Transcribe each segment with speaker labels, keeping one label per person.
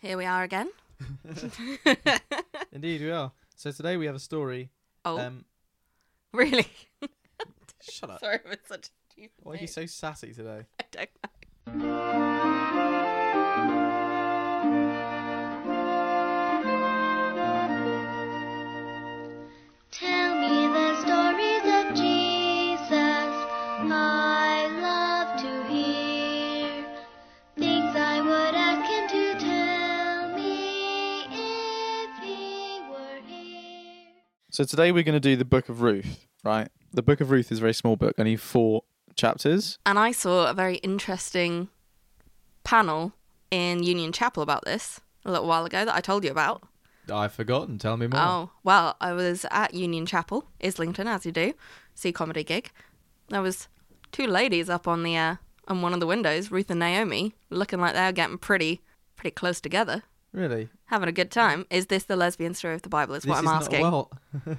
Speaker 1: Here we are again.
Speaker 2: Indeed, we are. So today we have a story.
Speaker 1: oh,
Speaker 2: Um,
Speaker 1: really?
Speaker 2: shut up.
Speaker 1: Sorry, it was such a deep
Speaker 2: Why are you
Speaker 1: note.
Speaker 2: so sassy today?
Speaker 1: I don't know.
Speaker 3: Tell me the stories of Jesus. I love to hear things I would ask him to tell me if he were here.
Speaker 2: So today we're going to do the Book of Ruth, right? The Book of Ruth is a very small book, only four chapters.
Speaker 1: And I saw a very interesting panel in Union Chapel about this a little while ago that I told you about.
Speaker 2: I've forgotten. Tell me more.
Speaker 1: Oh, well, I was at Union Chapel, Islington, as you do, see comedy gig. There was two ladies up on the uh, on one of the windows, Ruth and Naomi, looking like they're getting pretty pretty close together,
Speaker 2: Really?
Speaker 1: having a good time. Is this the lesbian story of the Bible? Is what I'm asking.
Speaker 2: Not, well,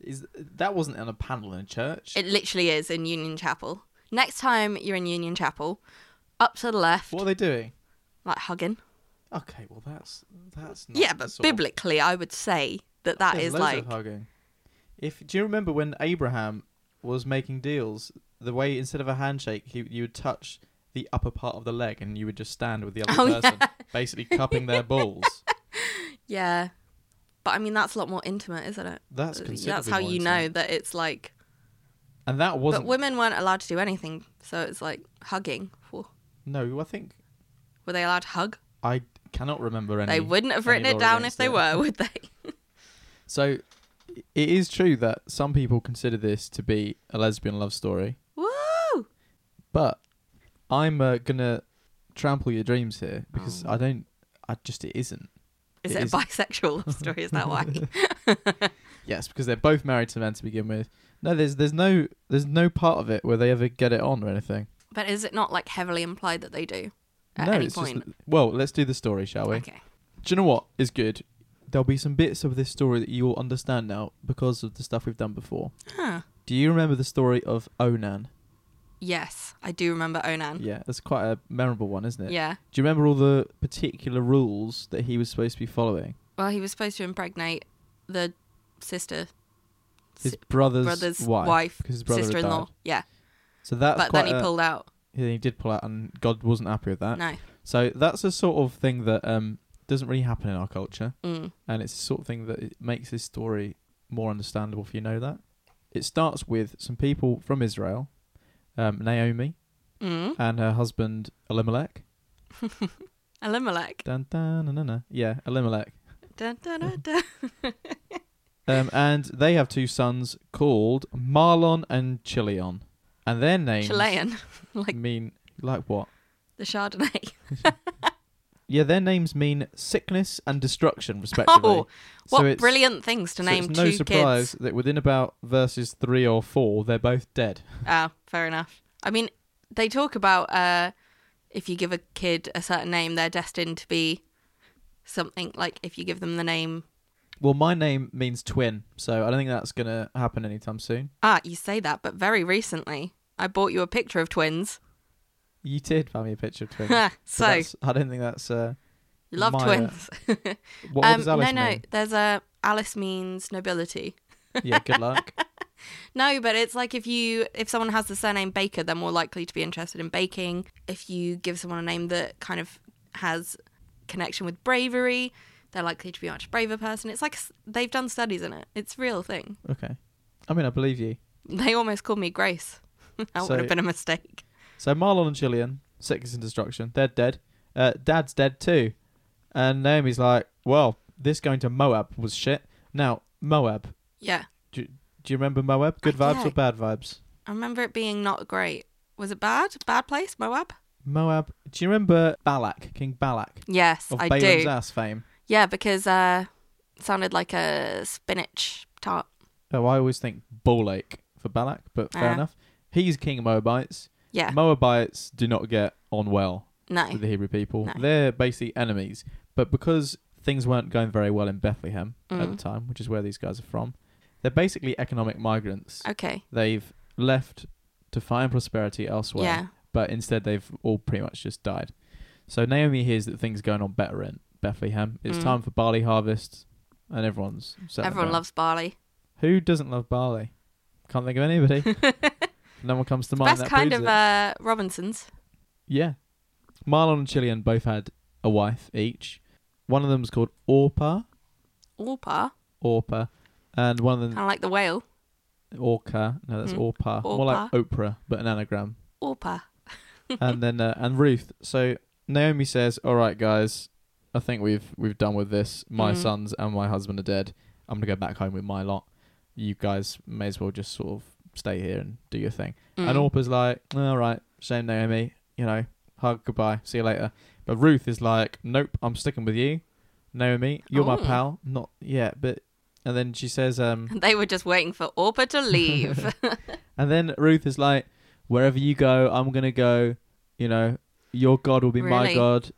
Speaker 2: is that wasn't on a panel in a church?
Speaker 1: It literally is in Union Chapel. Next time you're in Union Chapel, up to the left,
Speaker 2: What are they doing?
Speaker 1: like hugging.
Speaker 2: Okay, well that's that's not
Speaker 1: yeah,
Speaker 2: the
Speaker 1: but
Speaker 2: sort of-
Speaker 1: biblically, I would say that that
Speaker 2: There's
Speaker 1: is
Speaker 2: loads
Speaker 1: like
Speaker 2: of hugging. If do you remember when Abraham was making deals, the way instead of a handshake, he you would touch the upper part of the leg and you would just stand with the other
Speaker 1: Oh, yeah.
Speaker 2: person, basically cupping their balls.
Speaker 1: yeah. But I mean, that's a lot more intimate, isn't it? Uh,
Speaker 2: That's
Speaker 1: That's,
Speaker 2: considerably
Speaker 1: how
Speaker 2: more
Speaker 1: you
Speaker 2: intimate.
Speaker 1: know that it's like.
Speaker 2: And that wasn't
Speaker 1: But women weren't allowed to do anything, so it's like hugging. Whew.
Speaker 2: no. I think
Speaker 1: Were they allowed to hug?
Speaker 2: I cannot remember any.
Speaker 1: they wouldn't have
Speaker 2: any
Speaker 1: written it
Speaker 2: law
Speaker 1: down if
Speaker 2: against
Speaker 1: they
Speaker 2: it.
Speaker 1: were, would they?
Speaker 2: So it is true that some people consider this to be a lesbian love story.
Speaker 1: Woo!
Speaker 2: But I'm uh, gonna trample your dreams here because
Speaker 1: Oh.
Speaker 2: I don't. I just it isn't.
Speaker 1: Is
Speaker 2: It
Speaker 1: it,
Speaker 2: is-
Speaker 1: a bisexual love story? Is that why?
Speaker 2: Yes, because they're both married to men to begin with. No, there's there's no there's no part of it where they ever get it on or anything.
Speaker 1: but is it not like heavily implied that they do at
Speaker 2: no,
Speaker 1: any
Speaker 2: it's
Speaker 1: point?
Speaker 2: just well, let's do the story, shall we?
Speaker 1: okay.
Speaker 2: Do you know what is good? There'll be some bits of this story that you will understand now because of the stuff we've done before.
Speaker 1: Huh.
Speaker 2: Do you remember the story of Onan?
Speaker 1: Yes, I do remember Onan.
Speaker 2: Yeah, that's quite a memorable one, isn't it?
Speaker 1: Um. yeah.
Speaker 2: Do you remember all the particular rules that he was supposed to be following?
Speaker 1: Well, he was supposed to impregnate the sister,
Speaker 2: His
Speaker 1: Si-
Speaker 2: brother's,
Speaker 1: brother's
Speaker 2: wife,
Speaker 1: wife,
Speaker 2: because his brother had
Speaker 1: sister-in-law.
Speaker 2: died.
Speaker 1: Yeah,
Speaker 2: So that's
Speaker 1: but
Speaker 2: quite
Speaker 1: then he
Speaker 2: a- uh,
Speaker 1: pulled out.
Speaker 2: Yeah, he did pull out, and God wasn't happy with that.
Speaker 1: No,
Speaker 2: So that's the sort of thing that um, doesn't really happen in our culture,
Speaker 1: mm.
Speaker 2: and it's the sort of thing that it makes this story more understandable if you know that. It starts with some people from Israel, um, Naomi
Speaker 1: Mm.
Speaker 2: and her husband Elimelech.
Speaker 1: Elimelech.
Speaker 2: Dun, dun, dun, dun, dun. Yeah, Elimelech.
Speaker 1: Dun, dun, dun, dun.
Speaker 2: Um, and they have two sons called Marlon and Chilion, and their names
Speaker 1: Chilean, like
Speaker 2: mean like what?
Speaker 1: the Chardonnay.
Speaker 2: Yeah, their names mean sickness and destruction, respectively.
Speaker 1: Oh, what
Speaker 2: it's-
Speaker 1: brilliant things to
Speaker 2: so
Speaker 1: name
Speaker 2: it's no
Speaker 1: two
Speaker 2: surprise
Speaker 1: kids.
Speaker 2: that within about verses three or four, they're both dead.
Speaker 1: Ah, fair enough. I mean, they talk about uh, if you give a kid a certain name, they're destined to be something. Like if you give them the name,
Speaker 2: Well, my name means twin, so I don't think that's gonna happen anytime soon.
Speaker 1: ah, you say that, but very recently I bought you a picture of twins.
Speaker 2: You did find me a picture of twins.
Speaker 1: so,
Speaker 2: but that's- I don't think that's uh,
Speaker 1: you love
Speaker 2: Maya.
Speaker 1: twins. Um,
Speaker 2: what, what does Alice
Speaker 1: no, no.
Speaker 2: mean?
Speaker 1: There's a Alice means nobility.
Speaker 2: yeah, good luck.
Speaker 1: No, but it's like if you if someone has the surname Baker, they're more likely to be interested in baking. If you give someone a name that kind of has connection with bravery, they're likely to be a much braver person. It's like s- they've done studies in it. It's a real thing.
Speaker 2: Okay, I mean I believe you.
Speaker 1: They almost called me Grace. that
Speaker 2: So-
Speaker 1: would have been a mistake.
Speaker 2: So Marlon and Chillian, sickness and destruction, they're dead. Uh, Dad's dead too, and Naomi's like, well, this going to Moab was shit. Now Moab,
Speaker 1: Yeah,
Speaker 2: do you remember Moab? Good vibes
Speaker 1: yeah.
Speaker 2: or bad vibes?
Speaker 1: I remember it being not great. Was it bad? Bad place, Moab?
Speaker 2: Moab. Do you remember Balak, King Balak
Speaker 1: Yes,
Speaker 2: of
Speaker 1: I
Speaker 2: Balaam's
Speaker 1: do.
Speaker 2: ass fame?
Speaker 1: Yeah, because uh, it sounded like a spinach tart.
Speaker 2: Oh, I always think Balak for Balak, but fair
Speaker 1: Ah.
Speaker 2: enough. He's king of Moabites.
Speaker 1: Yeah,
Speaker 2: Moabites do not get on well
Speaker 1: no.
Speaker 2: with the Hebrew people.
Speaker 1: No.
Speaker 2: They're basically enemies. But because things weren't going very well in Bethlehem at the
Speaker 1: Mm.
Speaker 2: time, which is where these guys are from, they're basically economic migrants.
Speaker 1: Okay.
Speaker 2: They've left to find prosperity elsewhere,
Speaker 1: Yeah.
Speaker 2: but instead they've all pretty much just died. So Naomi hears that things are going on better in Bethlehem. It's
Speaker 1: Mm.
Speaker 2: time for barley harvest, and everyone's settling
Speaker 1: Everyone
Speaker 2: down.
Speaker 1: loves barley.
Speaker 2: Who doesn't love barley? Can't think of anybody. no one comes to mind.
Speaker 1: Best
Speaker 2: that
Speaker 1: kind
Speaker 2: proves
Speaker 1: of
Speaker 2: it.
Speaker 1: uh, Robinsons.
Speaker 2: Yeah. Marlon and Chilean both had a wife each. One of them's called Orpa,
Speaker 1: Orpa.
Speaker 2: Orpa, and one of
Speaker 1: Kind
Speaker 2: them
Speaker 1: of like the whale.
Speaker 2: Orca. No, that's
Speaker 1: Mm.
Speaker 2: Orpa. More like Oprah, but an anagram.
Speaker 1: Orpa.
Speaker 2: and then uh, and Ruth. So Naomi says, "All right, guys, I think we've we've done with this. My
Speaker 1: Mhm.
Speaker 2: sons and my husband are dead. I'm gonna go back home with my lot. You guys may as well just sort of stay here and do your thing."
Speaker 1: Mm.
Speaker 2: And Orpa's like, "All right, shame Naomi. You know, hug goodbye, see you later." But Ruth is like, "Nope, I'm sticking with you, Naomi. You're my
Speaker 1: Oh.
Speaker 2: pal. Not yet, but." And then she says, um,
Speaker 1: They were just waiting for Orpa to leave.
Speaker 2: and then Ruth is like, wherever you go, I'm going to go. You know, your God will be my
Speaker 1: Really?
Speaker 2: God.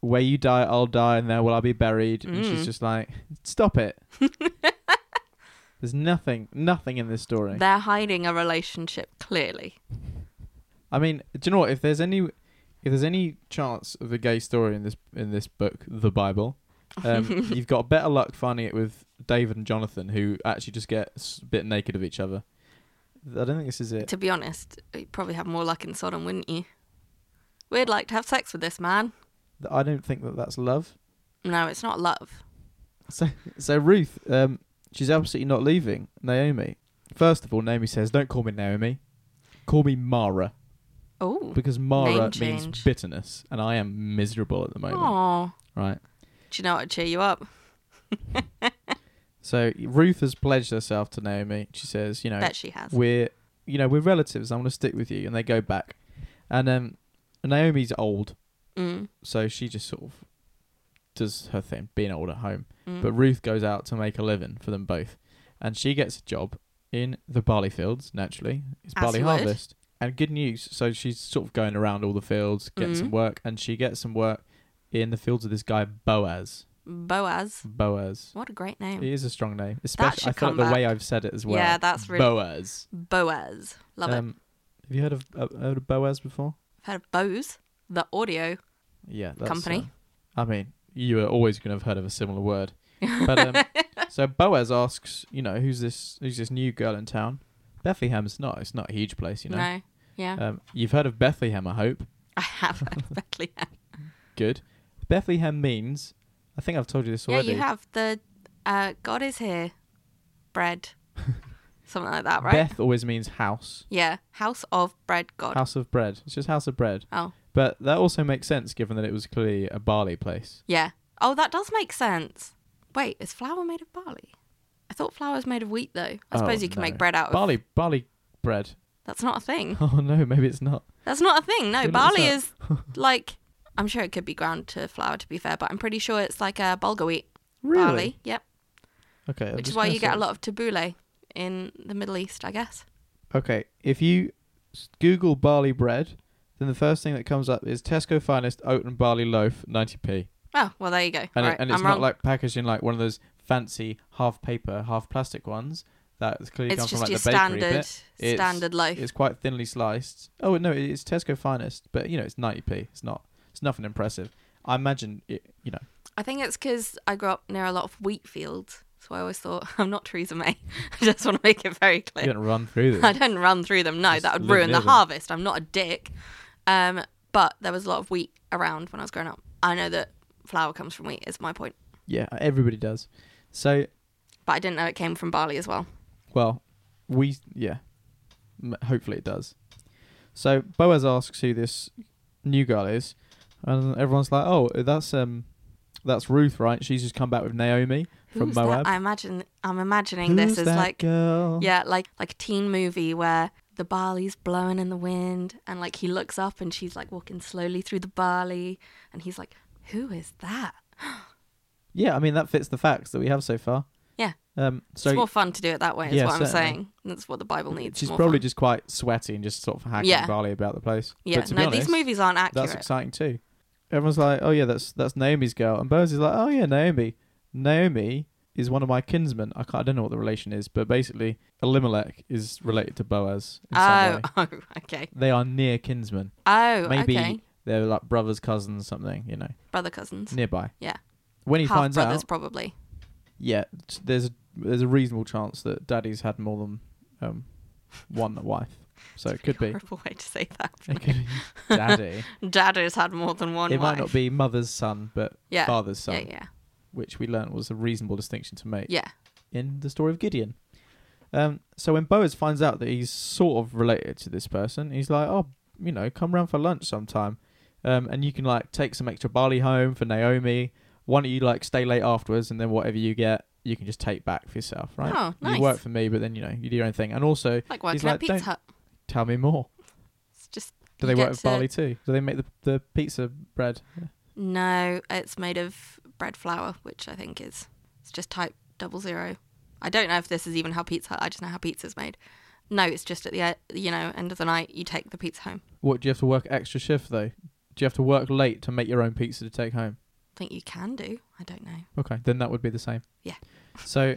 Speaker 2: Where you die, I'll die, and there will I be buried. And she's
Speaker 1: Mm.
Speaker 2: just like, stop it. There's nothing, nothing in this story.
Speaker 1: They're hiding a relationship, clearly.
Speaker 2: I mean, do you know what? If there's any, if there's any chance of a gay story in this in this book, the Bible, um, you've got better luck finding it with David and Jonathan, who actually just get s- a bit naked of each other. I don't think this is it.
Speaker 1: To be honest, you'd probably have more luck in Sodom, wouldn't you? We'd like to have sex with this man.
Speaker 2: I don't think that that's love.
Speaker 1: No, it's not love.
Speaker 2: So, so Ruth, um, she's absolutely not leaving Naomi. First of all, Naomi says, "Don't call me Naomi, call me Mara,
Speaker 1: Oh.
Speaker 2: because Mara
Speaker 1: Name
Speaker 2: means
Speaker 1: change.
Speaker 2: bitterness, and I am miserable at the moment."
Speaker 1: Aw.
Speaker 2: Right.
Speaker 1: Do you know what would cheer you up?
Speaker 2: So Ruth has pledged herself to Naomi. She says, "You know,
Speaker 1: Bet she has.
Speaker 2: we're you know we're relatives. I'm going to stick with you." And they go back, and um, Naomi's old,
Speaker 1: Mm,
Speaker 2: so she just sort of does her thing, being old at home.
Speaker 1: mm.
Speaker 2: But Ruth goes out to make a living for them both, and she gets a job in the barley fields. Naturally, it's
Speaker 1: As
Speaker 2: barley
Speaker 1: you would.
Speaker 2: harvest, and good news. So she's sort of going around all the fields, getting some
Speaker 1: Mhm.
Speaker 2: work, and she gets some work in the fields of this guy Boaz.
Speaker 1: Boaz.
Speaker 2: Boaz.
Speaker 1: What a great name.
Speaker 2: It is a strong name, especially
Speaker 1: should
Speaker 2: I
Speaker 1: come
Speaker 2: thought the way I've said it as well.
Speaker 1: Yeah, that's really-
Speaker 2: Boaz.
Speaker 1: Boaz. Love it.
Speaker 2: um, Have you heard of uh, heard of Boaz before?
Speaker 1: Heard of Bose, the audio
Speaker 2: Yeah, that's,
Speaker 1: company.
Speaker 2: uh, I mean, you are always going to have heard of a similar word. But um, so Boaz asks, you know, who's this? Who's this new girl in town? Bethlehem's not. It's not a huge place, you know.
Speaker 1: No. Yeah.
Speaker 2: Um, you've heard of Bethlehem, I hope.
Speaker 1: I have heard of Bethlehem.
Speaker 2: Good. Bethlehem means, I think I've told you this
Speaker 1: Yeah,
Speaker 2: already.
Speaker 1: you have the uh, God is here, bread, something like that, right?
Speaker 2: Beth always means house,
Speaker 1: Yeah, house of bread God.
Speaker 2: house of bread. It's just house of bread.
Speaker 1: Oh,
Speaker 2: But that also makes sense given that it was clearly a barley place.
Speaker 1: yeah. Oh, that does make sense. Wait, is flour made of barley? I thought flour is made of wheat, though. I suppose
Speaker 2: Oh,
Speaker 1: you can
Speaker 2: no.
Speaker 1: make bread out of
Speaker 2: barley. Barley bread.
Speaker 1: That's not a thing.
Speaker 2: Oh no, maybe it's not.
Speaker 1: That's not a thing. No,
Speaker 2: Who looked
Speaker 1: barley
Speaker 2: this
Speaker 1: is like I'm sure it could be ground to flour to be fair, but I'm pretty sure it's like a bulgur wheat.
Speaker 2: Really?
Speaker 1: Barley, yep.
Speaker 2: Okay. I'm
Speaker 1: Which is
Speaker 2: just
Speaker 1: why
Speaker 2: gonna
Speaker 1: you get a
Speaker 2: search.
Speaker 1: lot of tabbouleh in the Middle East, I guess.
Speaker 2: Okay, if you s- Google barley bread, then the first thing that comes up is Tesco Finest Oat and Barley Loaf, 90p.
Speaker 1: Oh, well, there you go.
Speaker 2: And,
Speaker 1: All
Speaker 2: it-
Speaker 1: right,
Speaker 2: and it's
Speaker 1: I'm
Speaker 2: not
Speaker 1: wrong.
Speaker 2: like packaged in like one of those fancy half paper, half plastic ones that's clearly
Speaker 1: it's
Speaker 2: come from
Speaker 1: just
Speaker 2: like
Speaker 1: your
Speaker 2: the bakery
Speaker 1: standard
Speaker 2: bit. It's-
Speaker 1: standard loaf.
Speaker 2: It's quite thinly sliced. Oh no, it- it's Tesco Finest, but you know it's 90p. It's not. It's nothing impressive. I imagine it. You know,
Speaker 1: I think it's because I grew up near a lot of wheat fields, so I always thought I'm not Theresa May. I just want to make it very
Speaker 2: you
Speaker 1: clear.
Speaker 2: don't run through
Speaker 1: I
Speaker 2: this.
Speaker 1: don't run through them. No,
Speaker 2: Just
Speaker 1: that would
Speaker 2: live
Speaker 1: ruin
Speaker 2: near
Speaker 1: the
Speaker 2: them.
Speaker 1: harvest. I'm not a dick. Um, but there was a lot of wheat around when I was growing up. I know that flour comes from wheat. Is my point.
Speaker 2: yeah, everybody does. So
Speaker 1: But I didn't know it came from barley as well.
Speaker 2: Well, we yeah. M- hopefully it does. So Boaz asks who this new girl is, and everyone's like, "Oh, that's um, that's Ruth, right? She's just come back with Naomi from
Speaker 1: Who's
Speaker 2: Moab."
Speaker 1: that? I imagine. I'm imagining
Speaker 2: Who's
Speaker 1: this as
Speaker 2: that
Speaker 1: like
Speaker 2: girl?
Speaker 1: yeah, like like a teen movie where the barley's blowing in the wind and like he looks up and she's like walking slowly through the barley and he's like, "Who is that?"
Speaker 2: Yeah, I mean that fits the facts that we have so far.
Speaker 1: Yeah.
Speaker 2: Um.
Speaker 1: it's
Speaker 2: So
Speaker 1: more fun to do it that way. Is
Speaker 2: Yeah,
Speaker 1: what I'm
Speaker 2: certainly.
Speaker 1: saying. That's what the Bible needs.
Speaker 2: she's
Speaker 1: more
Speaker 2: probably
Speaker 1: fun.
Speaker 2: just quite sweaty and just sort of hacking
Speaker 1: Yeah.
Speaker 2: barley about the place.
Speaker 1: yeah.
Speaker 2: But to
Speaker 1: no,
Speaker 2: be honest,
Speaker 1: these movies aren't accurate.
Speaker 2: That's exciting too. Everyone's like, "Oh yeah, that's that's Naomi's girl," and Boaz is like, "Oh yeah, Naomi. Naomi is one of my kinsmen. I, can't, I don't know what the relation is, but basically Elimelech is related to Boaz in some
Speaker 1: oh,
Speaker 2: way.
Speaker 1: oh, okay.
Speaker 2: They are near kinsmen.
Speaker 1: Oh,
Speaker 2: Maybe
Speaker 1: okay.
Speaker 2: they're like brothers, cousins, something. You know,
Speaker 1: Brother cousins.
Speaker 2: nearby.
Speaker 1: Yeah.
Speaker 2: when he
Speaker 1: half
Speaker 2: finds
Speaker 1: brothers,
Speaker 2: out,
Speaker 1: probably.
Speaker 2: yeah, t- there's a, there's a reasonable chance that daddy's had more than um, one wife. So it could be.
Speaker 1: Horrible way to say that.
Speaker 2: It could be daddy.
Speaker 1: Daddy's had more than one
Speaker 2: it
Speaker 1: wife.
Speaker 2: might not be mother's son, but
Speaker 1: Yeah.
Speaker 2: father's son,
Speaker 1: Yeah, yeah,
Speaker 2: which we learned was a reasonable distinction to make.
Speaker 1: yeah.
Speaker 2: in the story of Gideon. Um, so when Boaz finds out that he's sort of related to this person, he's like, "Oh, you know, come round for lunch sometime, um, and you can like take some extra barley home for Naomi. Why don't you like stay late afterwards, and then whatever you get, you can just take back for yourself, right?
Speaker 1: Oh, nice.
Speaker 2: You work for me, but then you know you do your own thing. And also,
Speaker 1: Like working
Speaker 2: He's
Speaker 1: at
Speaker 2: like,
Speaker 1: Pizza
Speaker 2: "Don't-
Speaker 1: Hut.
Speaker 2: tell me more.
Speaker 1: It's just
Speaker 2: Do
Speaker 1: You
Speaker 2: they
Speaker 1: get
Speaker 2: work with
Speaker 1: to-
Speaker 2: barley too? Do they make the the pizza bread?
Speaker 1: no. It's made of bread flour, which I think is it's just type double zero. I don't know if this is even how Pizza Hut. I just know how pizza's made. No, it's just at the e- you know end of the night you take the pizza home.
Speaker 2: What do you have to work extra shift though? Do you have to work late to make your own pizza to take home?
Speaker 1: I think you can do. I don't know.
Speaker 2: Okay, then that would be the same.
Speaker 1: Yeah.
Speaker 2: So,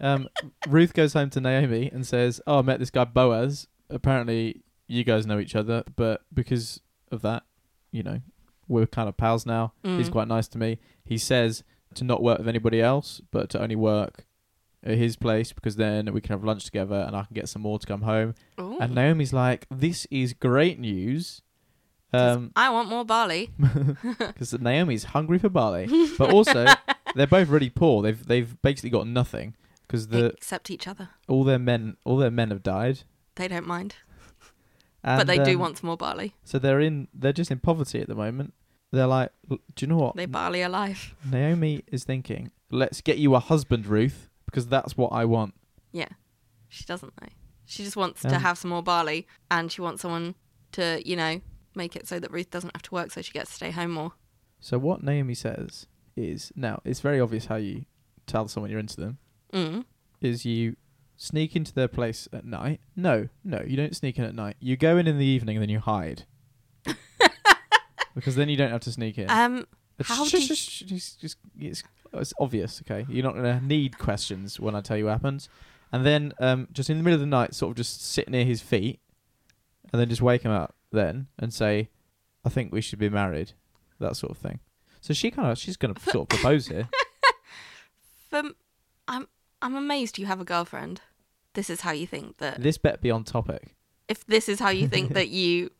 Speaker 2: um, Ruth goes home to Naomi and says, "Oh, I met this guy Boaz. Apparently, you guys know each other, but because of that, you know, we're kind of pals now. He's
Speaker 1: Mm.
Speaker 2: quite nice to me. He says to not work with anybody else, but to only work at his place because then we can have lunch together and I can get some more to come home."
Speaker 1: Ooh.
Speaker 2: And Naomi's like, "This is great news." Um,
Speaker 1: I want more barley.
Speaker 2: because Naomi's hungry for barley, but also they're both really poor. They've they've basically got nothing because the
Speaker 1: except each other.
Speaker 2: all their men all their men have died.
Speaker 1: They don't mind,
Speaker 2: And,
Speaker 1: but they do
Speaker 2: um,
Speaker 1: want some more barley.
Speaker 2: So they're in they're just in poverty at the moment. They're like, "L- do you know what?
Speaker 1: They barley alive.
Speaker 2: Naomi is thinking, let's get you a husband, Ruth, because that's what I want.
Speaker 1: She doesn't though. She just wants to
Speaker 2: Um,
Speaker 1: have some more barley, and she wants someone to, you know, make it so that Ruth doesn't have to work, so she gets to stay home more.
Speaker 2: So what Naomi says is now it's very obvious how you tell someone you're into them.
Speaker 1: Mm.
Speaker 2: is you sneak into their place at night. No, no, you don't sneak in at night. You go in in the evening and then you hide. because then you don't have to sneak in.
Speaker 1: Um,
Speaker 2: It's
Speaker 1: how
Speaker 2: sh-
Speaker 1: do
Speaker 2: sh- sh- it's just- it's- it's obvious, okay? You're not going to need questions when I tell you what happens. And then um, just in the middle of the night, sort of just sit near his feet and then just wake him up then and say, I think we should be married. That sort of thing. So she kind of, she's going to sort of propose here.
Speaker 1: from, I'm I'm amazed you have a girlfriend. This is how you think that.
Speaker 2: This better be on topic.
Speaker 1: If this is how you think that you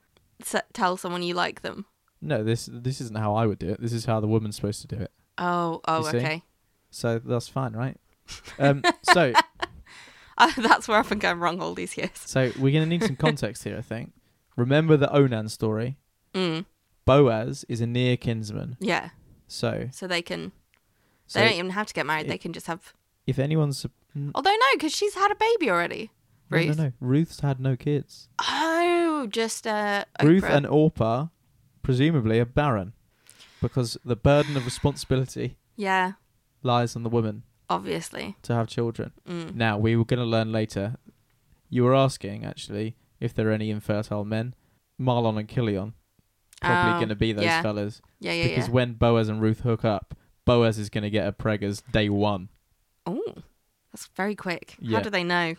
Speaker 1: se- tell someone you like them.
Speaker 2: No, this this isn't how I would do it. This is how the woman's supposed to do it.
Speaker 1: Oh, oh,
Speaker 2: see?
Speaker 1: okay.
Speaker 2: So that's fine, right? Um, so
Speaker 1: Uh, that's where I've been going wrong all these years.
Speaker 2: so we're gonna need some context here, I think. Remember the Onan story.
Speaker 1: Mm.
Speaker 2: Boaz is a near kinsman.
Speaker 1: Yeah,
Speaker 2: So
Speaker 1: so they can.
Speaker 2: so
Speaker 1: they don't even have to get married.
Speaker 2: it-
Speaker 1: they can just have.
Speaker 2: if anyone's
Speaker 1: Although no, because she's had a baby already.
Speaker 2: no, no
Speaker 1: Ruth.
Speaker 2: no Ruth's had no kids.
Speaker 1: Oh, just uh,
Speaker 2: Ruth
Speaker 1: Oprah.
Speaker 2: and Orpah, presumably, are barren, because the burden of responsibility
Speaker 1: yeah,
Speaker 2: lies on the woman
Speaker 1: obviously.
Speaker 2: to have children.
Speaker 1: Mm.
Speaker 2: Now, we were going to learn later. You were asking, actually, if there are any infertile men. Marlon and Killian probably
Speaker 1: Oh,
Speaker 2: going to be those
Speaker 1: yeah.
Speaker 2: fellas.
Speaker 1: Yeah, yeah,
Speaker 2: because
Speaker 1: yeah.
Speaker 2: when Boaz and Ruth hook up, Boaz is going to get a preggers day one.
Speaker 1: Oh, that's very quick.
Speaker 2: Yeah.
Speaker 1: How do they know?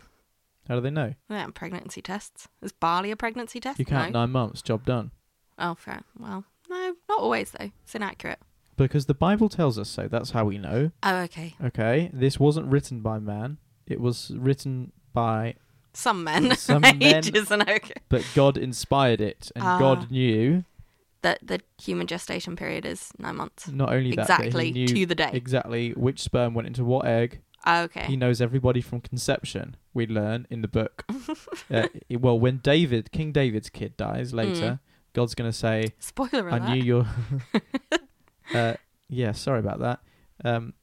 Speaker 2: How do they know?
Speaker 1: Yeah, pregnancy tests. Is barley a pregnancy test?
Speaker 2: You count
Speaker 1: No.
Speaker 2: nine months, job done.
Speaker 1: Oh, fair. Well, no, not always though. It's inaccurate.
Speaker 2: Because the Bible tells us so. That's how we know.
Speaker 1: Oh, okay.
Speaker 2: Okay. This wasn't written by man, it was written by.
Speaker 1: Some men.
Speaker 2: Some
Speaker 1: Age
Speaker 2: men-
Speaker 1: isn't okay.
Speaker 2: But God inspired it, and
Speaker 1: Ah.
Speaker 2: God knew
Speaker 1: That the human gestation period is nine months.
Speaker 2: not only that, but He
Speaker 1: Exactly
Speaker 2: knew
Speaker 1: to the day.
Speaker 2: exactly which sperm went into what egg,
Speaker 1: Oh, okay.
Speaker 2: He knows everybody from conception. We learn in the book. uh, i- well, when David, King David's kid dies
Speaker 1: Mm.
Speaker 2: later, God's going to say,
Speaker 1: Spoiler alert.
Speaker 2: "I knew your." uh, yeah, sorry about that. Um,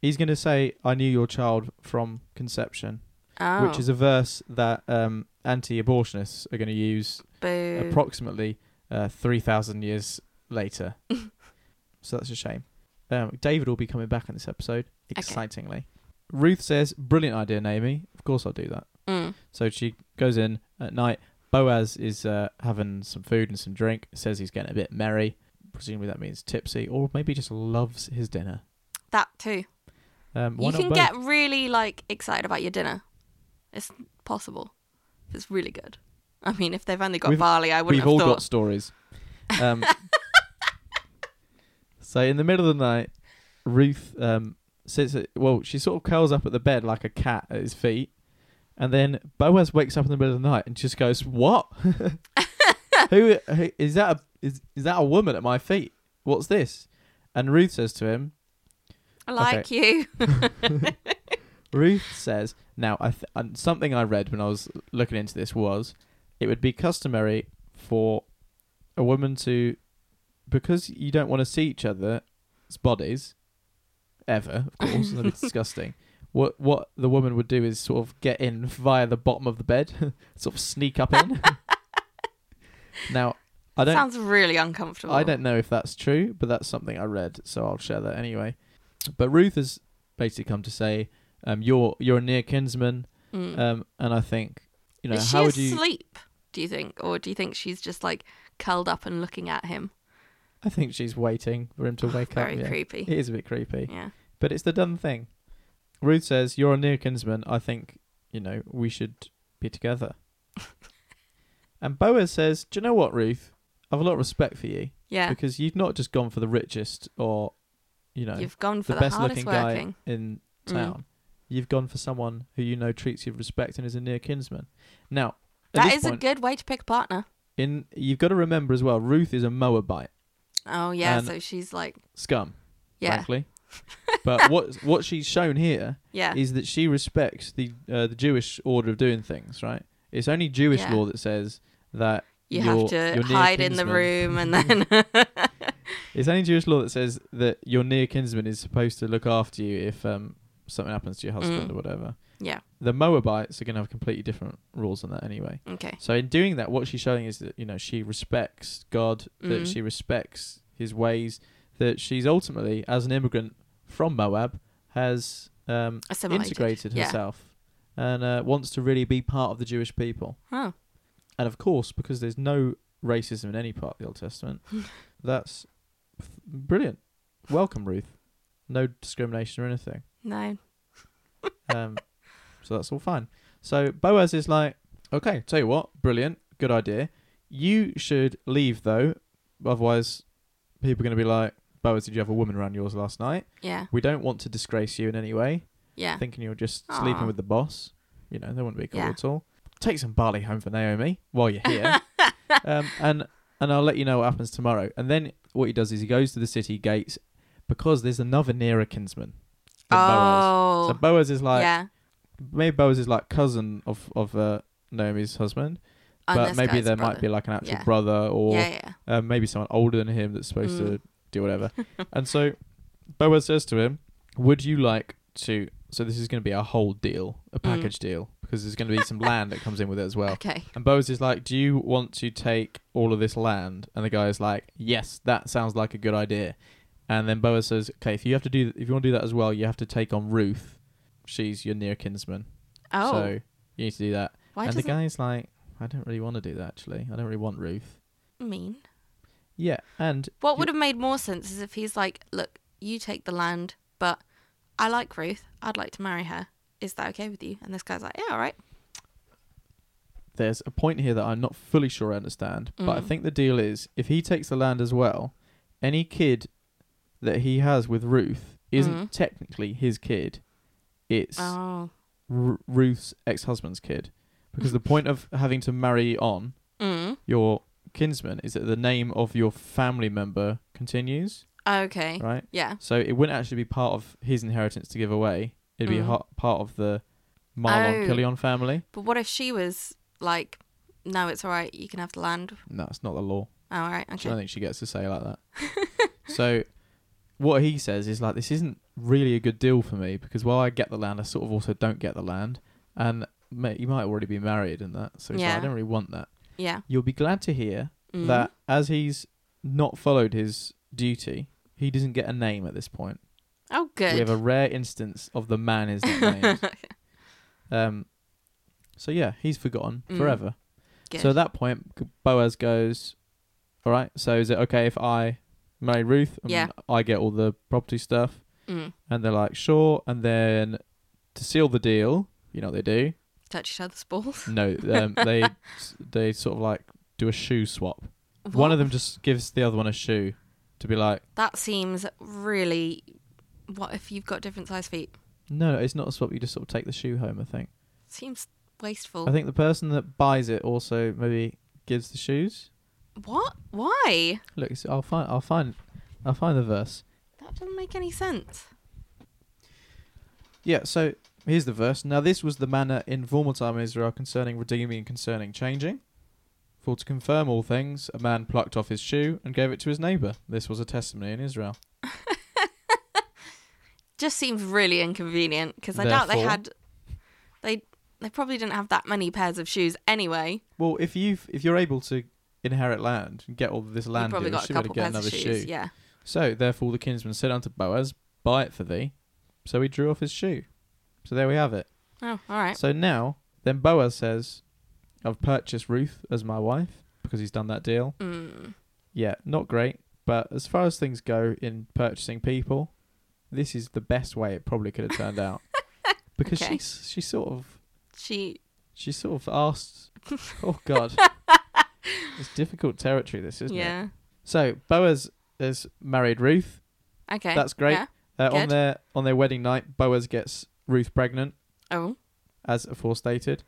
Speaker 2: he's going to say, "I knew your child from conception,"
Speaker 1: oh,
Speaker 2: which is a verse that um, anti-abortionists are going to use
Speaker 1: boo.
Speaker 2: approximately uh, three thousand years later. so that's a shame. Um, David will be coming back in this episode, excitingly. Ruth says, "Brilliant idea, Naomi. Of course I'll do that."
Speaker 1: Mm.
Speaker 2: So she goes in at night. Boaz is uh, having some food and some drink. Says he's getting a bit merry. Presumably that means tipsy, or maybe just loves his dinner.
Speaker 1: That too.
Speaker 2: Um, why
Speaker 1: You
Speaker 2: not
Speaker 1: can
Speaker 2: both?
Speaker 1: get really like excited about your dinner. It's possible. It's really good. I mean, if they've only got
Speaker 2: We've-
Speaker 1: barley, I wouldn't
Speaker 2: We've
Speaker 1: have
Speaker 2: all
Speaker 1: thought.
Speaker 2: got stories. Um, so in the middle of the night, Ruth um, sits. At, well, she sort of curls up at the bed like a cat at his feet, and then Boaz wakes up in the middle of the night and just goes, "What? who, who is that? A, is is that a woman at my feet? What's this?" And Ruth says to him,
Speaker 1: I like you.
Speaker 2: Ruth says, now, I th- and something I read when I was looking into this was it would be customary for a woman to, because you don't want to see each other's bodies, ever, of course, that'd be disgusting. What, what the woman would do is sort of get in via the bottom of the bed, sort of sneak up in. now, I don't
Speaker 1: Sounds really uncomfortable.
Speaker 2: I don't know if that's true, but that's something I read, so I'll share that anyway. But Ruth has basically come to say, um, "You're you're a near kinsman,"
Speaker 1: Mm.
Speaker 2: um, and I think you know
Speaker 1: Is
Speaker 2: how would
Speaker 1: she
Speaker 2: you?
Speaker 1: asleep? Do you think, or do you think she's just like curled up and looking at him?
Speaker 2: I think she's waiting for him to wake
Speaker 1: Very
Speaker 2: up. yeah.
Speaker 1: creepy.
Speaker 2: It is a bit creepy,
Speaker 1: Yeah.
Speaker 2: but it's the done thing. Ruth says, "You're a near kinsman. I think you know we should be together." and Boaz says, "Do you know what, Ruth? I've a lot of respect for you
Speaker 1: Yeah.
Speaker 2: because you've not just gone for the richest or you know
Speaker 1: You've gone for
Speaker 2: the
Speaker 1: the,
Speaker 2: best
Speaker 1: hardest
Speaker 2: looking
Speaker 1: working.
Speaker 2: guy in
Speaker 1: Mm.
Speaker 2: town. You've gone for someone who you know treats you with respect and is a near kinsman. Now,
Speaker 1: That
Speaker 2: at this
Speaker 1: is a
Speaker 2: point,
Speaker 1: good way to pick a partner.
Speaker 2: in you've got to remember as well. Ruth is a Moabite
Speaker 1: Oh yeah,
Speaker 2: And-
Speaker 1: so she's like,
Speaker 2: scum,
Speaker 1: yeah,
Speaker 2: frankly. but what what she's shown here
Speaker 1: yeah,
Speaker 2: is that she respects the uh, the Jewish order of doing things. Right? It's only Jewish
Speaker 1: Yeah.
Speaker 2: law that says that
Speaker 1: you
Speaker 2: your-
Speaker 1: have
Speaker 2: your
Speaker 1: to
Speaker 2: near
Speaker 1: hide in the
Speaker 2: kinsman-
Speaker 1: room and then
Speaker 2: It's only Jewish law that says that your near kinsman is supposed to look after you if um, something happens to your husband
Speaker 1: Mm.
Speaker 2: or whatever.
Speaker 1: Yeah.
Speaker 2: The Moabites are going to have completely different rules on that anyway.
Speaker 1: okay,
Speaker 2: So in doing that, what she's showing is that you know she respects God, that
Speaker 1: Mm.
Speaker 2: she respects His ways, that she's ultimately, as an immigrant from Moab, has um,
Speaker 1: assimilated.
Speaker 2: integrated
Speaker 1: yeah.
Speaker 2: herself and uh, wants to really be part of the Jewish people.
Speaker 1: Huh.
Speaker 2: And of course, because there's no racism in any part of the Old Testament, that's f- brilliant. Welcome, Ruth. No discrimination or anything.
Speaker 1: No.
Speaker 2: Um, so that's all fine. So Boaz is like, okay, tell you what, brilliant, good idea. You should leave though, otherwise people are going to be like, Boaz, did you have a woman around yours last night?
Speaker 1: Yeah.
Speaker 2: We don't want to disgrace you in any way,
Speaker 1: Yeah.
Speaker 2: thinking you're just
Speaker 1: Aw.
Speaker 2: sleeping with the boss. You know, that wouldn't be cool
Speaker 1: Yeah.
Speaker 2: at all. Take some barley home for Naomi while you're here um, and and I'll let you know what happens tomorrow. And then what he does is he goes to the city gates because there's another nearer kinsman than Boaz.
Speaker 1: oh.
Speaker 2: So Boaz is like
Speaker 1: yeah.
Speaker 2: maybe Boaz is like cousin of of uh, Naomi's husband, but
Speaker 1: Unless
Speaker 2: maybe
Speaker 1: Oh, guy's
Speaker 2: there
Speaker 1: brother.
Speaker 2: might be like an actual
Speaker 1: Yeah.
Speaker 2: brother or
Speaker 1: Yeah, yeah.
Speaker 2: uh, maybe someone older than him that's supposed
Speaker 1: Mm.
Speaker 2: to do whatever. and so Boaz says to him, "Would you like to?" So this is going to be a whole deal, a package deal, because there's going to be some land that comes in with it as well.
Speaker 1: Mm. Okay.
Speaker 2: And Boaz is like, Do you want to take all of this land? And the guy is like, Yes, that sounds like a good idea. And then Boaz says, Okay, if you have to do if you want to do that as well, you have to take on Ruth. She's your near kinsman.
Speaker 1: Oh.
Speaker 2: So you need to do that.
Speaker 1: why
Speaker 2: and the
Speaker 1: does it
Speaker 2: guy is like, I don't really want to do that actually. I don't really want Ruth.
Speaker 1: mean?
Speaker 2: Yeah. And
Speaker 1: What would have made more sense is if he's like, look, you take the land, but I like Ruth. I'd like to marry her. Is that okay with you? And this guy's like, yeah, all right.
Speaker 2: there's a point here that I'm not fully sure I understand, but I
Speaker 1: Mm.
Speaker 2: think the deal is if he takes the land as well, any kid that he has with Ruth isn't
Speaker 1: Mm.
Speaker 2: technically his kid. It's
Speaker 1: Oh.
Speaker 2: R- Ruth's ex-husband's kid, because the point of having to marry on
Speaker 1: Mm.
Speaker 2: your kinsman is that the name of your family member continues,
Speaker 1: Okay.
Speaker 2: right?
Speaker 1: Yeah.
Speaker 2: So it wouldn't actually be part of his inheritance to give away. It'd be
Speaker 1: Mm.
Speaker 2: ha- part of the Marlon
Speaker 1: Oh.
Speaker 2: Killion family.
Speaker 1: But what if she was like, no, it's all right. You can have the land.
Speaker 2: No, it's not the law.
Speaker 1: Oh, all right.
Speaker 2: I
Speaker 1: Okay.
Speaker 2: don't think she gets to say like that. so what he says is like this isn't really a good deal for me because while I get the land, I sort of also don't get the land, and mate, you might already be married and that. So he's like,
Speaker 1: Yeah.
Speaker 2: I don't really want that.
Speaker 1: Yeah.
Speaker 2: You'll be glad to hear
Speaker 1: Mm.
Speaker 2: that as he's not followed his duty, he doesn't get a name at this point.
Speaker 1: Oh, good.
Speaker 2: We have a rare instance of the man is not named. um, so yeah, he's forgotten
Speaker 1: Mm.
Speaker 2: forever.
Speaker 1: good.
Speaker 2: So at that point, C- Boaz goes, "All right, so is it okay if I marry Ruth and
Speaker 1: Yeah.
Speaker 2: I get all the property stuff?"
Speaker 1: Mm.
Speaker 2: And they're like, "Sure." And then to seal the deal, you know what they do?
Speaker 1: Touch each other's balls.
Speaker 2: No, um, they s- they sort of like do a shoe swap. One of
Speaker 1: What?
Speaker 2: them just gives the other one a shoe to be like.
Speaker 1: That seems really What if you've got different size feet?
Speaker 2: No, no, it's not a swap. You just sort of take the shoe home. I think.
Speaker 1: Seems wasteful.
Speaker 2: I think the person that buys it also maybe gives the shoes.
Speaker 1: what? Why?
Speaker 2: Look, it's- I'll find. I'll find. I'll find the verse.
Speaker 1: That doesn't make any sense.
Speaker 2: Yeah. So here's the verse. Now this was the manner in former time in Israel concerning redeeming and concerning changing. For to confirm all things, a man plucked off his shoe and gave it to his neighbour. This was a testimony in Israel.
Speaker 1: Just seems really inconvenient because I doubt they
Speaker 2: Therefore-
Speaker 1: had. They they probably didn't have that many pairs of shoes anyway.
Speaker 2: Well, if you have if you're able to inherit land and get all this
Speaker 1: You
Speaker 2: land,
Speaker 1: probably
Speaker 2: deal, you
Speaker 1: got a
Speaker 2: should be
Speaker 1: couple
Speaker 2: able to get
Speaker 1: pairs
Speaker 2: another
Speaker 1: of shoes.
Speaker 2: shoe.
Speaker 1: Yeah.
Speaker 2: So therefore, the kinsman said unto Boaz, "Buy it for thee." So he drew off his shoe. So there we have it.
Speaker 1: Oh, all right.
Speaker 2: So now, then Boaz says, "I've purchased Ruth as my wife because he's done that deal."
Speaker 1: Mm.
Speaker 2: Yeah, not great, but as far as things go in purchasing people, this is the best way it probably could have turned out because
Speaker 1: Okay.
Speaker 2: she's she sort of
Speaker 1: She.
Speaker 2: she sort of asked, "Oh God." It's difficult territory, this, isn't it?
Speaker 1: yeah.
Speaker 2: So Boaz has married Ruth.
Speaker 1: Okay.
Speaker 2: That's great.
Speaker 1: Yeah.
Speaker 2: Uh, on
Speaker 1: Good.
Speaker 2: their on their wedding night, Boaz gets Ruth pregnant,
Speaker 1: Oh.
Speaker 2: as aforestated.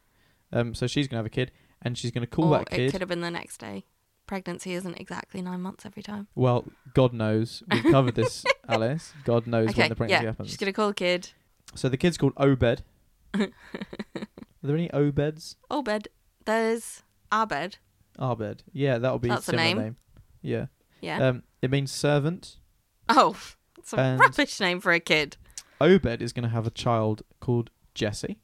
Speaker 2: Um, so she's gonna have a kid, and she's gonna call
Speaker 1: or
Speaker 2: that
Speaker 1: Oh, it
Speaker 2: kid.
Speaker 1: could have been the next day. Pregnancy isn't exactly nine months every time.
Speaker 2: Well, God knows we've covered this, Alice. God knows
Speaker 1: okay.
Speaker 2: when the pregnancy
Speaker 1: yeah.
Speaker 2: happens.
Speaker 1: She's gonna call the kid.
Speaker 2: So the kid's called Obed. Are there any Obeds?
Speaker 1: Obed. Oh, There's Abed.
Speaker 2: Arbed. Yeah, that'll be
Speaker 1: That's a
Speaker 2: similar
Speaker 1: name.
Speaker 2: Yeah.
Speaker 1: Yeah.
Speaker 2: Um, it means servant.
Speaker 1: oh, it's a
Speaker 2: and-
Speaker 1: rubbish name for a kid.
Speaker 2: Obed is gonna have a child called Jesse.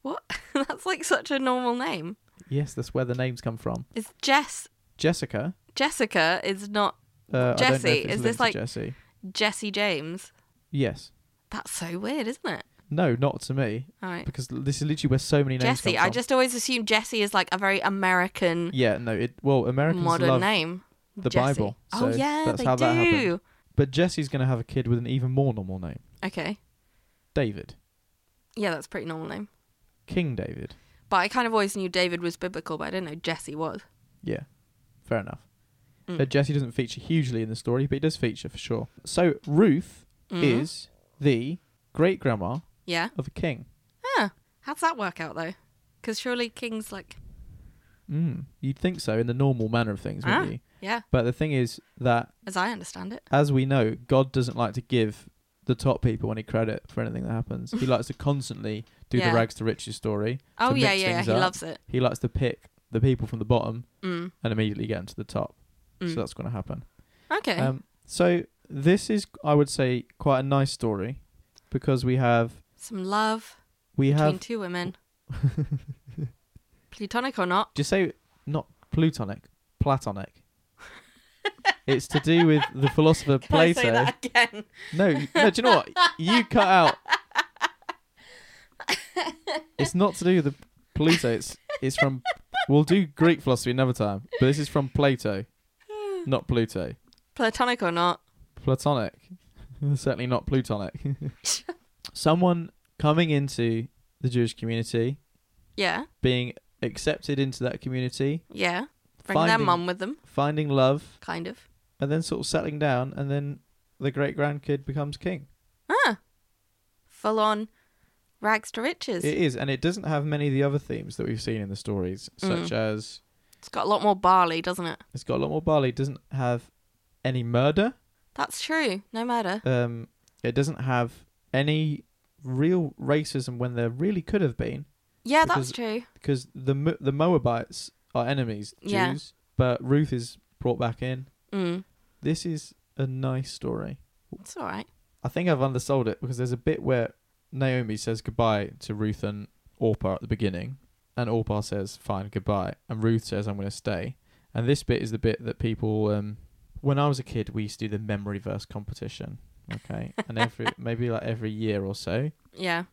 Speaker 1: What? That's like such a normal name.
Speaker 2: Yes, that's where the names come from.
Speaker 1: Is Jess
Speaker 2: Jessica.
Speaker 1: Jessica is not
Speaker 2: Uh, I don't know
Speaker 1: Jesse,
Speaker 2: if it's
Speaker 1: is this
Speaker 2: linked to
Speaker 1: like-
Speaker 2: Jesse?
Speaker 1: Jesse James.
Speaker 2: Yes.
Speaker 1: That's so weird, isn't it?
Speaker 2: No, not to me,
Speaker 1: All right.
Speaker 2: because l- this is literally where so many names.
Speaker 1: Jesse.
Speaker 2: come
Speaker 1: I
Speaker 2: from.
Speaker 1: just always assume Jesse is like a very American
Speaker 2: Yeah, no. It well, Americans
Speaker 1: modern
Speaker 2: love,
Speaker 1: name.
Speaker 2: the
Speaker 1: Jesse.
Speaker 2: Bible,
Speaker 1: Oh
Speaker 2: so
Speaker 1: yeah,
Speaker 2: that's
Speaker 1: they
Speaker 2: how that happened.
Speaker 1: do.
Speaker 2: but Jesse's going to have a kid with an even more normal name,
Speaker 1: okay.
Speaker 2: David,
Speaker 1: Yeah, that's a pretty normal name.
Speaker 2: King David.
Speaker 1: But I kind of always knew David was biblical, but I didn't know Jesse was.
Speaker 2: Yeah, fair enough.
Speaker 1: Mm.
Speaker 2: But Jesse doesn't feature hugely in the story, but he does feature for sure. So Ruth
Speaker 1: Mhm.
Speaker 2: is the great grandma
Speaker 1: Yeah.
Speaker 2: of a king.
Speaker 1: Huh. How's that work out though? Because surely kings like
Speaker 2: Mm. You'd think so in the normal manner of things,
Speaker 1: Ah.
Speaker 2: wouldn't you?
Speaker 1: yeah,
Speaker 2: But the thing is that,
Speaker 1: as I understand it.
Speaker 2: as we know, God doesn't like to give the top people any credit for anything that happens. He likes to constantly do
Speaker 1: Yeah.
Speaker 2: the rags to riches story.
Speaker 1: Oh
Speaker 2: to
Speaker 1: yeah,
Speaker 2: mix
Speaker 1: yeah, yeah.
Speaker 2: things
Speaker 1: He
Speaker 2: up.
Speaker 1: loves it.
Speaker 2: He likes to pick the people from the bottom
Speaker 1: Mm.
Speaker 2: and immediately get them to the top.
Speaker 1: Mm.
Speaker 2: So that's going to happen.
Speaker 1: Okay.
Speaker 2: Um, so this is, I would say, quite a nice story because we have
Speaker 1: Some love
Speaker 2: we
Speaker 1: between
Speaker 2: have.
Speaker 1: two women. Plutonic or not?
Speaker 2: Just say not plutonic, platonic. it's to do with the philosopher
Speaker 1: Can I say
Speaker 2: Plato.
Speaker 1: that again?
Speaker 2: No, you- no. Do you know what? You cut out. It's not to do with the Pluto. It's it's from. We'll do Greek philosophy another time, but this is from Plato, not Pluto.
Speaker 1: Platonic or not?
Speaker 2: platonic. Certainly not plutonic. Someone coming into the Jewish community,
Speaker 1: Yeah,
Speaker 2: being accepted into that community,
Speaker 1: yeah. Bring their
Speaker 2: Finding-
Speaker 1: mum with them,
Speaker 2: finding love,
Speaker 1: kind of.
Speaker 2: and then sort of settling down, and then the great grandkid becomes king.
Speaker 1: Ah, full on rags to riches.
Speaker 2: It is, and it doesn't have many of the other themes that we've seen in the stories, such as
Speaker 1: It's got a lot more barley, doesn't it?
Speaker 2: it's got a lot more barley, doesn't have any murder,
Speaker 1: That's true. No matter.
Speaker 2: um, it doesn't have any real racism when there really could have been.
Speaker 1: Yeah,
Speaker 2: because-
Speaker 1: that's true.
Speaker 2: because the Mo- the Moabites are enemies, Jews,
Speaker 1: Yeah.
Speaker 2: but Ruth is brought back in.
Speaker 1: Mm.
Speaker 2: This is a nice story.
Speaker 1: It's all right.
Speaker 2: I think I've undersold it because there's a bit where Naomi says goodbye to Ruth and Orpah at the beginning, and Orpah says fine goodbye, and Ruth says I'm going to stay. And this bit is the bit that people. Um, when I was a kid, we used to do the memory verse competition. Okay, and every maybe like every year or so,
Speaker 1: Yeah.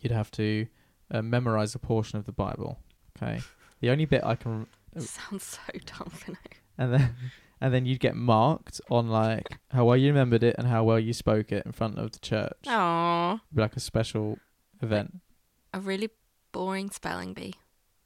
Speaker 2: you'd have to uh, memorize a portion of the Bible. Okay, the only bit I can Oh.
Speaker 1: Sounds so dumb, doesn't it?
Speaker 2: and then and then you'd get marked on like how well you remembered it and how well you spoke it in front of the church.
Speaker 1: Oh. Aw.
Speaker 2: It'd be like a special event.
Speaker 1: A really boring spelling bee.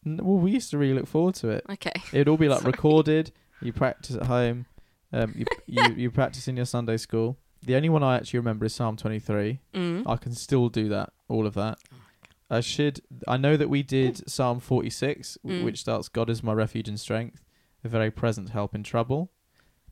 Speaker 2: N- Well, we used to really look forward to it.
Speaker 1: Okay.
Speaker 2: It'd all be like
Speaker 1: Sorry.
Speaker 2: recorded. You practice at home. Um, you you you practice in your Sunday school. The only one I actually remember is Psalm 23.
Speaker 1: Mm.
Speaker 2: I can still do that, all of that.
Speaker 1: Oh,
Speaker 2: I should. I know that we did Psalm 46, w
Speaker 1: Mm.
Speaker 2: which starts, "God is my refuge and strength, a very present help in trouble."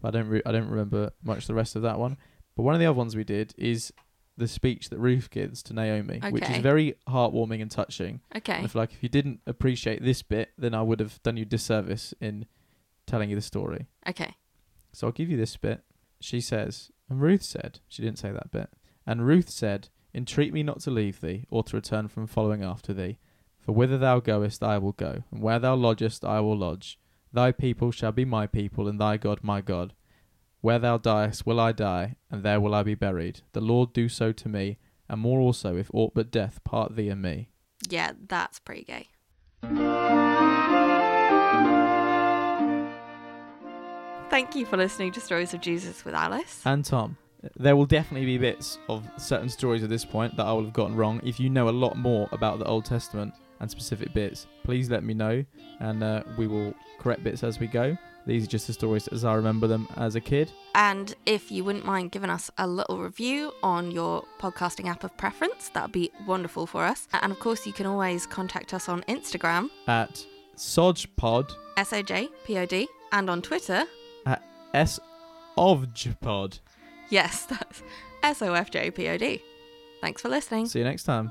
Speaker 2: But I don't. Re- I don't remember much the rest of that one. But one of the other ones we did is the speech that Ruth gives to Naomi, which is
Speaker 1: Okay.
Speaker 2: very heartwarming and touching. And
Speaker 1: Okay.
Speaker 2: I feel like if you didn't appreciate this bit, then I would have done you disservice in telling you the story.
Speaker 1: Okay.
Speaker 2: So I'll give you this bit. She says, and Ruth said, she didn't say that bit. And Ruth said, Entreat me not to leave thee, or to return from following after thee. For whither thou goest, I will go, and where thou lodgest, I will lodge. Thy people shall be my people, and thy God my God. Where thou diest, will I die, and there will I be buried. The Lord do so to me, and more also, if aught but death part thee and me.
Speaker 1: Yeah, that's pretty gay. Thank you for listening to Stories of Jesus with Alice.
Speaker 2: And Tom, there will definitely be bits of certain stories at this point that I will have gotten wrong. If you know a lot more about the Old Testament and specific bits, please let me know, and uh, we will correct bits as we go. These are just the stories as I remember them as a kid.
Speaker 1: And if you wouldn't mind giving us a little review on your podcasting app of preference, that would be wonderful for us. And of course, you can always contact us on Instagram,
Speaker 2: At Sojpod,
Speaker 1: S O J P O D, and on Twitter,
Speaker 2: at S Ovjpod.
Speaker 1: yes, that's S O F J P O D. Thanks for listening.
Speaker 2: See you next time.